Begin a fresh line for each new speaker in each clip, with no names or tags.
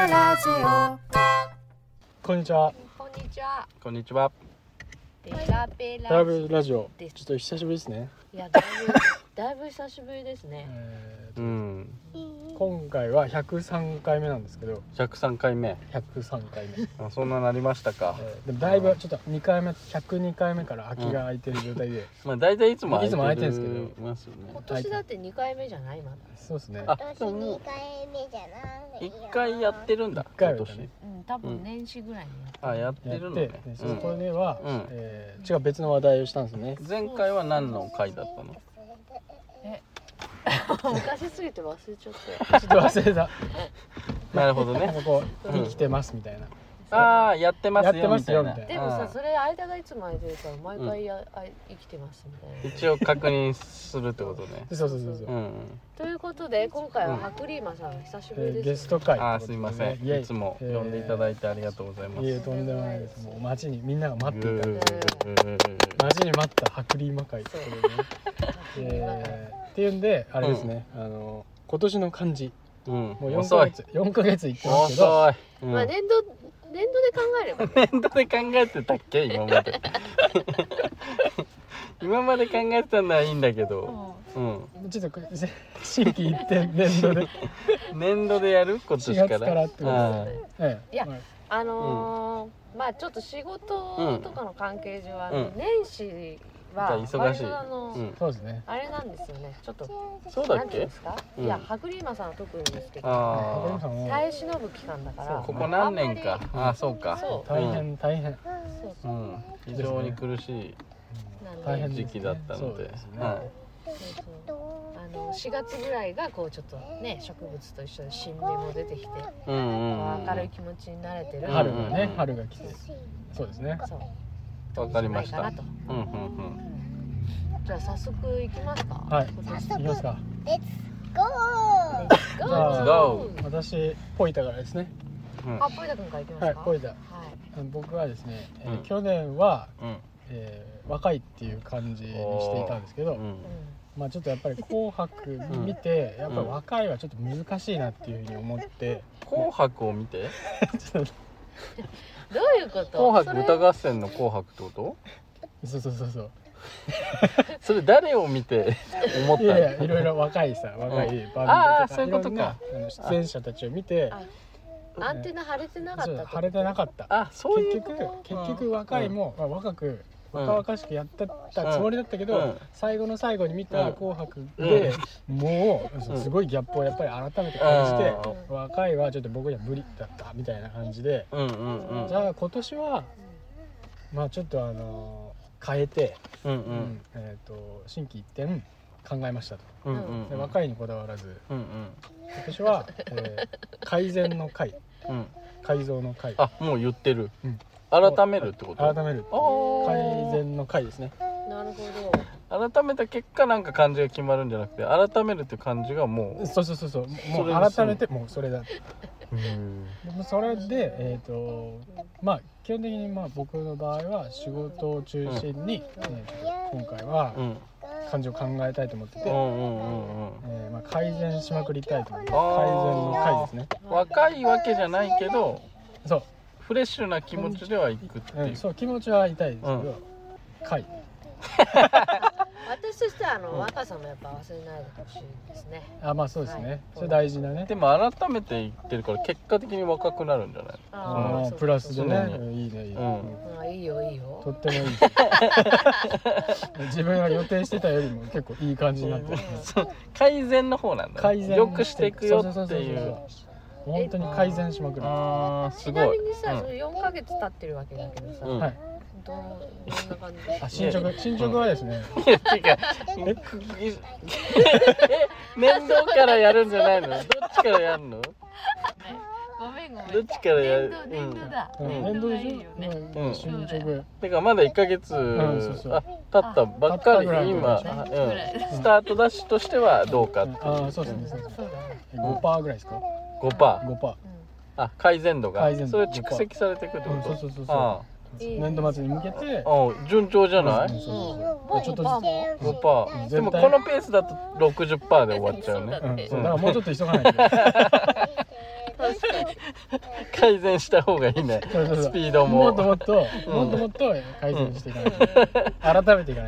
オ
こんにちは。
こんにちは。
こんにちは
デラペ
ラ
ラジ。
ブラジオ。ちょっ
です
と久しぶりですね。
いやだいぶだいぶ久しぶりですね。
え
うん
ー今回は103回目なんですけど、
103回目
103回目。
あそんななりましたか、
えーでもだいぶちょっと2回目、102回目から空きが空いてる状態 で、
まあ大体いつも
いつも空いてるんですけど
ますよね
今年だって二回目じゃないまだ。
そうですね。
あ
私
でも
二回目じゃないよ
1回やってるんだ
一
今
回はね
年
うん多
うん
分年始ぐらいにやっ
あやって
やっ
る
て、
の
で
ね
そこでは、
うん
えー違う別の話題をしたんですね
う。ん前回は何の回だったの
た。昔すぎて忘れちゃったよ。
ちょっと忘れた。
なるほど
なんか
ね
こう生きてますみたいな。
ああやってますよ
やってますよ
みたいな
みた
でも
あ
さ
ー
それ間がいつも空いてるから毎回や、あ生きてますみたいな。
一応確認するってことね
でそうそうそうそう
う。んうん
ということで今回はハクリーマさん久しぶ
えー
りです、
ゲスト会
ああ
と
す
う
い
こ
ま
と
せ
で
ん
ねイエイ
いつも呼んでいただいてありがとうございま
いえい
す
えとんでもないです。もう街にみんなが待っていた。街に待った薄利魔界ってことでね。えーっていうんであれですね、あの今年の漢字
うん
もう4
遅
ヶ
い
月4ヶ月いってますけど
遅い、うん
まあ年度年度で考えれば、ね、
年度で考えてたっけ今 まで今まで考えてたのはいいんだけど、うん
ちょっと新規一点年度 で、
年度でやる今年から
4月からってことです
あ
ええ
いや
まあ
あのーまあちょっと仕事とかの関係上はね、
うん
年始は
あ忙しい、
割とあの
うん、
そうですね
あれなんですよね。ちょっと。
そうだ
な
っ
んていうんで
け
すか。
うん
いや、ハグリーマさんは特にですけど。
中
あ
村さんも
耐え忍ぶ期間だから。
あここ何年か
あ
あそうか
そ
大変大変、
んまり。そう
う
そ
ん、非常に苦しい
なんで
大変ですね
時期だったので
そうですね
は
うそう。あの4月ぐらいがこうちょっとね植物と一緒に新芽も出てきて
い、うんうん、うん、
明るい気持ちになれてる
うん
春がね、
うん
春が来てそうですね
そう
わかりまし
じゃ
た
ないかな
うんうん
とじゃあ早速行きますか
はい
今年
いきますか
Let's go!
じゃあ
Go
私ポイタからですね
うん
あポイダ君から行きま
は
す
い
か
ポ
は
イタ
い
僕はですね、えー
うん
去年は、
うん
えー若いっていう感じにしていたんですけど、
うん
まあ、ちょっとやっぱり「紅白」見て、やっぱり若いはちょっと難しいなっていうふうに思って、
紅白を見て
ちょっと
どういうこと
紅
そ
白
れ
歌合戦の紅白ってこと
そうそうそうそう
それ誰を見て思った
い
の
やいやいろいろ若いさ若いバ
あ
ンド
ー
とか、
そういうことか
ろんなあの出演者たちを見て
あアンテナ腫れてなかったってこと
晴れてなかった
あそう
結
いう
局結局若いも、まあ、若く
うん
若々しくやってったつもりだったけど、
うん
最後の最後に見た「紅白で」もうすごいギャップをやっぱり改めて感じて、若いはちょっと僕には無理だったみたいな感じで、
うんうんうん
じゃあ今年はまあちょっとあの変えて、
うん
う
うん
えー、と心機一転考えましたと、
うんうん
で若いにこだわらず
うんうん
今年 は、えー改善の会
うん
改造の会
あもう言ってる
うん
改めるってこと
改める
あー
改善の会ですね
なるほど
改めた結果なんか漢字が決まるんじゃなくて改めるって漢字がも
そうそうそうそうも
それで
う
す
改めてもうそれだ
ううん
でもそれでえっ、とまあ基本的にまあ僕の場合は仕事を中心に、えーと今回は
うん
漢字を考えたいと思って
う
て、
んうんうん
えーまあ、改善しまくりたいと思って改善の
あー
会ですね
若いわけじゃないけど
そう
フレッシュな気持ちではいくって
う
い
ん、
う
そう気持ちは痛いですけど、かい
私としてはあの、若さもやっぱ忘れないでほしいですね
あまあそうですね、
はい
それ大事なね
でも改めて言ってるから結果的に若くなるんじゃない
あ
ー
ープラスでね
そう
うんいいねいいね、
うん
あーいいよいい
うん
よ
と ってもいいです自分が予定してたよりも結構いい感じになってる
そう改善の方なんだ
改
ね
善
良くしていくよ
そう
っ
そ
て
うそう
い
そう
う
本当に改善しまくるは
あーす
ち
ご
ないみにさ、
うん
その4ヶ月経ってるわけだけどさ、
うん
い
どうどんな感じで
あ進捗進捗はですね
いや違うえくぎえ年度からやるんじゃない のどっちからやるの
ごめんごめん
どっちからやる
年度年度だ、
うん
年
年
度
度で
がいい
し
よ
ょ
ね、
うん進捗
てかまだ1ヶ月、
んそうそう
あ経ったば
経っ
っかり
たぐらい
今、
経
ったぐ
うん
らい
スタートダッシュとしてはどうかっていう、
ああーそうですねそうですね
そうだね
5パーぐらいですか
5%
5パ
あ改善度が
改善度
それ蓄積されていくって
ー、うん、
こと、
そうそうそうそう
いいね
年度末に向けて
ああ順調じゃない、
うんそうそう
もう
ちょっと
パーも
5パー
うん
でもこのペースだと60%で終わっちゃうね
うん、そう
うん
だからもうちょっと急がないと
確かに
改善した方がいいね
そうそうそう
スピード
も
も
っともっと、
うん
もっともっと改善していかないと、改めていかないといけな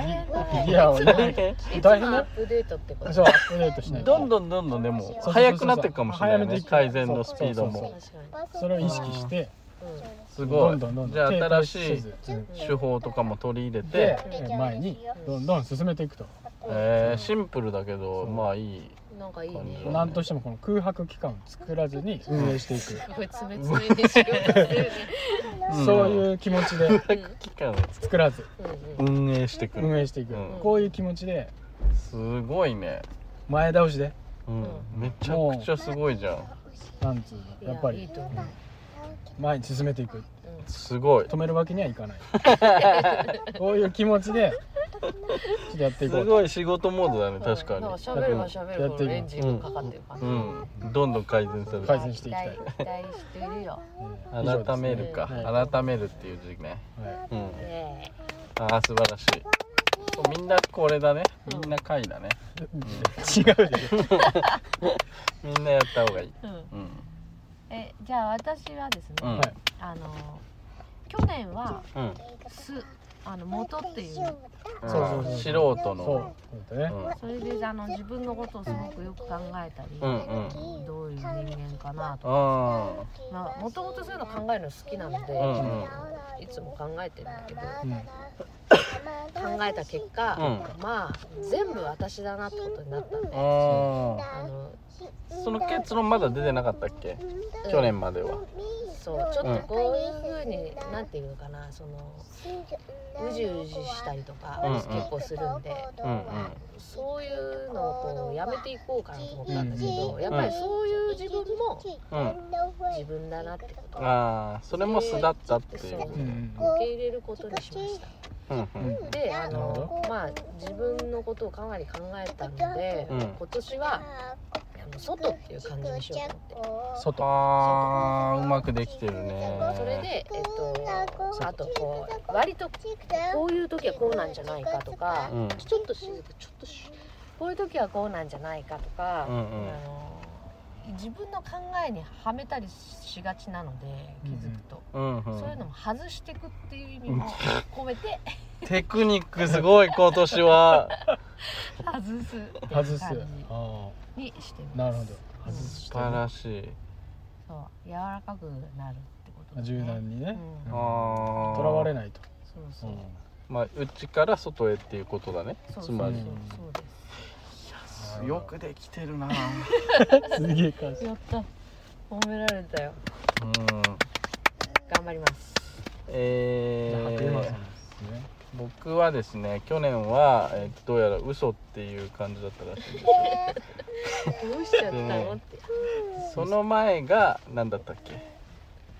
い、
大変
フ
だ
ィ
ね
ギュアを
大
ね
変
いつもア
大変だ
ップデートってこと
そうアップデートしないと
どんどんどんどんでも
そうそうそうそう
速くなっていくかもしれない
早め
よ
て
ね
いく
改善のスピード
そうそう
も
確か
それを意識して
す
ど
ご
ん
い
どんどんどん
じゃあ
手
新
通
し
せ
い
ずうん
手法とかも取り入れて
で前にどんどん進めていくと、
えーシンプルだけ
そ
ど
う
まあいい
になんかいいね
うん
なんとしてもこの空白期間を作らずに運営していく、
これ爪爪でしようとするよね
うん
そういう気持ちで
うん
期間を
作らず
うんうん
運営してく
運
る
営していく、
うん
こういう気持ちです
ごいね
前倒しで
うん
うん
めちゃくちゃすごいじゃん
なんつうのやっぱ
いやいい
り
と思う
前に進めていく
うん
すごい
止めるわけにはいか ないこういう気持ちでちょっとやって
す
いこうと
ごい仕事モードだね確か
なんか
に
喋れば喋るほどエンジンがかかってる感じ。
うんどんどん改善する
改善していきたい
期待期待してるよ。
以上です
改めるか
は
改めるっていう時期ね
いはい
うん
ね
ああ素晴らしいそうみんなこれだねみんな回だね
違うでしょ
みんなやった方がいい
えうん
うん
えじゃあ私はですね、
うん
はい
あの去年は
うん
すあの元っていう
うん
そうそうそう
素人
そう
の
そうだ
う
ね
ん
それであの自分のことをすごくよく考えたり、
うんうん
どういう人間かなと。
あー
まあもともとそういうの考えるの好きなので、
うん
いつも考えてるんだけど、
うん
考えた結果、
う
まあ全部私だなってことになったんで、
あ
あの
ーその結論まだ出てなかったっけ去年までは
そうちょっとこういうふうに、なんていうのかなそのうじうじしたりとか、
うんうん
結構するんで
うんうん
そういうのをこうやめていこうかなと思ったんですけど、やっぱりそういう自分も
うん
自分だなってことを
あーそれも素だったっていう
うんうん
受け入れることにしました。
うん
うんうん
であ
なるほ
の
ど
まあ自分のことをかなり考えたので、
うん
今年はあの外っていう感じにしようと思って。
外
あーうまくできてるね
それで、えっと、あとこう割とこういう時はこうなんじゃないかとか、
うん
ちょっと静かちょっとしこういう時はこうなんじゃないかとか、
うんうん
あの自分の考えにはめたりしがちなので気づくと、
うんう
そういうの
ん
も外していくっていう意味も込めて
テクニックすごい今年は
外すっていう
外
感
す
じ
ああ
にしてます。
なるほど
うん
外し
素
て
晴らしい
そう柔らかくなるってことだね。
柔軟に
う
ね
ん
あ
と
ー
らわれないと
そう
う
そう。
ん
まあ内から外へっていうことだね
そう
つ
そうそ
ま
う
り
そうです。
よくできてるな
すげえ感じ
やった。褒められたよ。
うん
頑張ります。
え
白山さんで、
ー
すね
僕はですね去年は、えーどうやら嘘っていう感じだったらしいんですよ
どうしちゃったのって。
その前が何だったっけ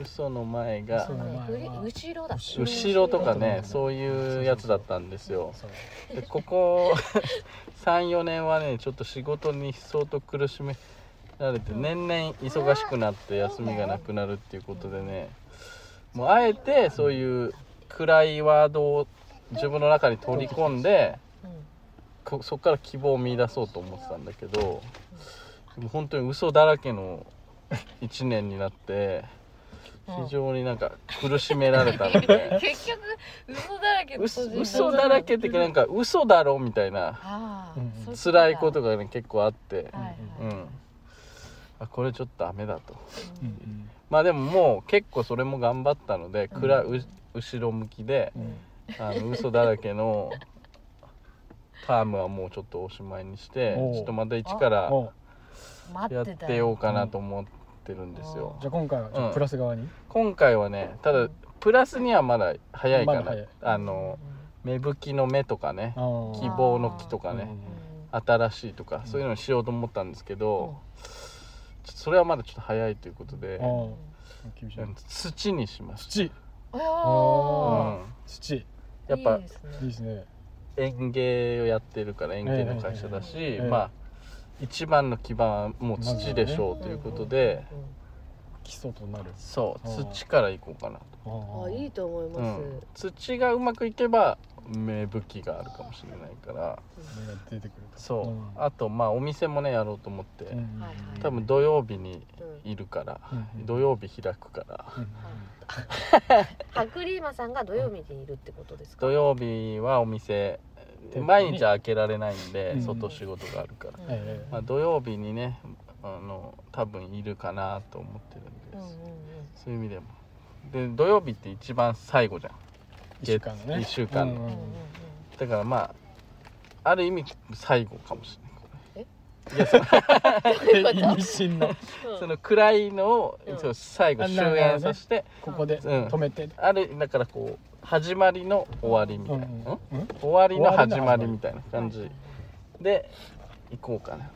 嘘の前が
嘘の前
うり後ろだっけ。
後ろとかね
うん
そういうやつだったんですよ
そう
でここ 34年はねちょっと仕事に相当苦しめられて年々忙しくなって休みがなくなるっていうことでねもうあえてそういう暗いワードを自分の中に取り込んで
うん
こそこから希望を見出そうと思ってたんだけどもう本当に嘘だらけの 1年になって非常になんか苦しめられた ので
結局嘘だらけって
嘘嘘だらけってなんか嘘だろみたいな
ああ
うん
そううだ
辛いことがね結構あって
はいはい
うんあこれちょっとダメだと
う
うん
ん
まあでももう結構それも頑張ったので暗い、う後ろ向きで
うんうん
あの嘘だらけのタームはもうちょっとおしまいにして
おう
ちょっとまた一から
おう
待
や
っ
って
た
てようかなと思ってるんですよ
じゃあ今回はちょっとプラス側に
今回はねただプラスにはまだ早いか
まだ
な
早い
あの芽吹きの芽とかね
あー
希望の木とかね
うん
新しいとかそういうのにしようと思ったんですけどちょっとそれはまだちょっと早いということで
あ
うん
ー
うん
厳しい
うん土にします
土
お
う
ー
あ
ん
土い
やっぱ
いいですね
いですね
園芸をやってるから園芸の会社だし、
ええ
まあ一番の基盤はもう土でしょうということで、
うんうん
基礎となる
そう
うん
土からいこうかなと、
あ
うんうんあいいと思い
うん
ます
土がうまくいけば名武器があるかもしれないから
目が出てくると
そう、
ん
あとまあお店もねやろうと思って、
うん
はいはい
多分土曜日に
うん
いるから、
うん
土曜日開くから
うん
白リーマさんが土曜日にいるってことですか
土曜日はお店
で
毎日開けられないんで、
うん
外仕事があるから、
うん
え
まあ、土曜日にねあの多分いるかなと思って
うん
るん
う
で
ん
す、
うん
そういう意味でもで土曜日って一番最後じゃん
一週間のね
一週間
うん
う
うん
うん
ん
うん
だからまあある意味最後かもしれないいやその
で意味深の
うん
その暗いのを、
うん
そう最後終焉させて
ここで
うん
止めて
あるだからこう始まりの終わりみたいな、ん
うんうん
終わりの始まりみたいな感じで行こうかな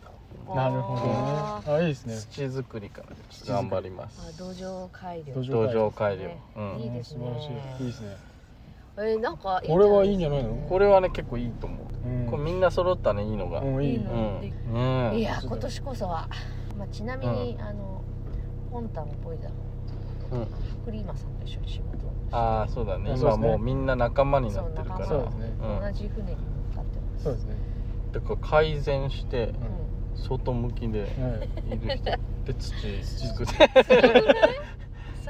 と
なるほどね
あ
あいいですね
土作りからです
土作り
頑張りま
ーあ
す
土壌改良
土壌
土壌改良、
ね
うん
いいですね
うん素晴らしいいいですね
えーなんか
これはいいんじゃないの
これはね結構いいと思う、
うん
これみんな揃ったねいいのが、うん
うんいい
いいの
ね
ねえ
いや今年こそは、まあ、ちなみに、あの本タンポイザン
うん
クリーマさんと一緒に仕事を
ああそうだね
うん
今
そうです
も
ね
うみんな仲間になってるか
そ
ら
そうですね
うん
同じ船に向かってます
そうですね
だから改善して
う
外向きで
はい
いる人で土作って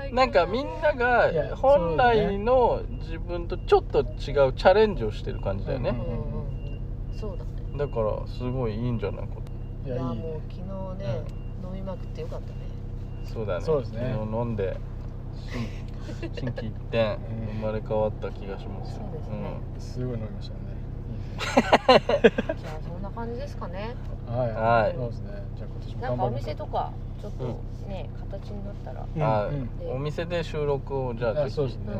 うん
なんかみんな
そうだね
が本来の自分とちょっと違うチャレンジをしてる感じだよ
う
ね
ん、うんうんそうだね
だからすごいいいんじゃないこ
い
い
や
や
いいね
もう昨日ね、飲みまくってよかったね
そうだね
そうですね
昨日飲んで心心機一転
うん
生まれ変わった気がしますよ
そうですね
すごい飲みましたね
じゃあそんな感じですか ね
はい
はい
そうですねじゃあ今年も
なん
頑
かお
張りましょ
店
う
とかちょっとね、形になったら
うんはい、
うん
うん
お店で収録をじゃあ
あ
ぜひ
そうですね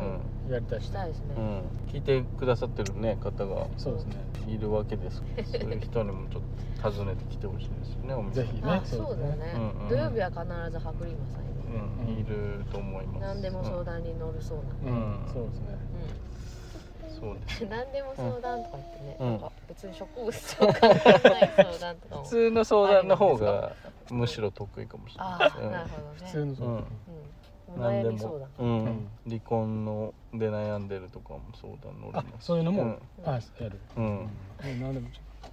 う
やりたい
し
した
いですね、
んうん聞いてくださってる、ね、方が
そうですね
いるわけですから そういう人にもちょっと訪ねてきてほしいですよねお店
ぜひね
あそうだね、
うんうん
土曜日は必ず白リーマさんいる、
うん、いると思います
何でも相談に乗るそうな、
うんそうですね
うん
うんそうです
何でも相談とか言ってね、
うん
なんか別に植物とか関係ない相談とかも
普通の相談の方がむしろ得意かもしれ
あ
ない
あなるほどね
普通のそう
うん、お悩
で
み相談
う
うんん、
離婚ので悩んでるとかも相談乗りま
あ
す
そういうのも
うん
あやる
うん、
うん
うん
何でもちょっ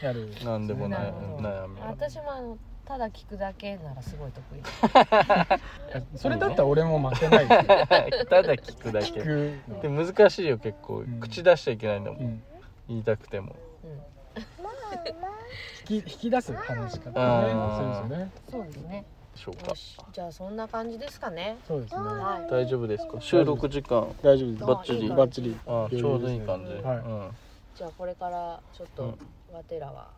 とやる
何でもな
ないるほど
悩みは
私もあのただ聞くだけならすごい得意
あそれだったら俺も負けないですよ
ただ聞くだけ
聞くの
で難しいよ結構、
ん
口出しちゃいけないんだもん、
うん
言いたくても
うん、
マ マ
引き引き出す話し方
あー
ねそうですよね
そうですね
でしょうか
よしじゃあそんな感じですかね
そうですね
はい
大丈夫ですか収録時間
大丈夫です
バッチリ
あいい
バッチリ
あちょうどいい感じ、
は
じゃあこれからちょっ
う
と
ん
わてらは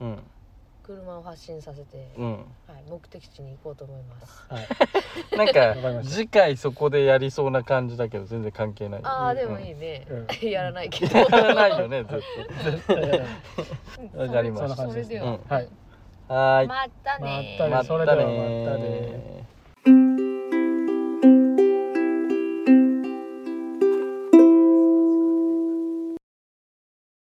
うん
車を発進させて、
うん、うん
はい、目的地に行こうと思います
はい
なん
わかり
か
ました
次回そこでやりそうな感じだけど全然関係ない
ああでもいいね、
う
やらないけど
やらないよねずっ
絶対やらない
わかりました
それで
う
は
ん、はい
とはーい
またね
また
ま
ね
た
それではまたね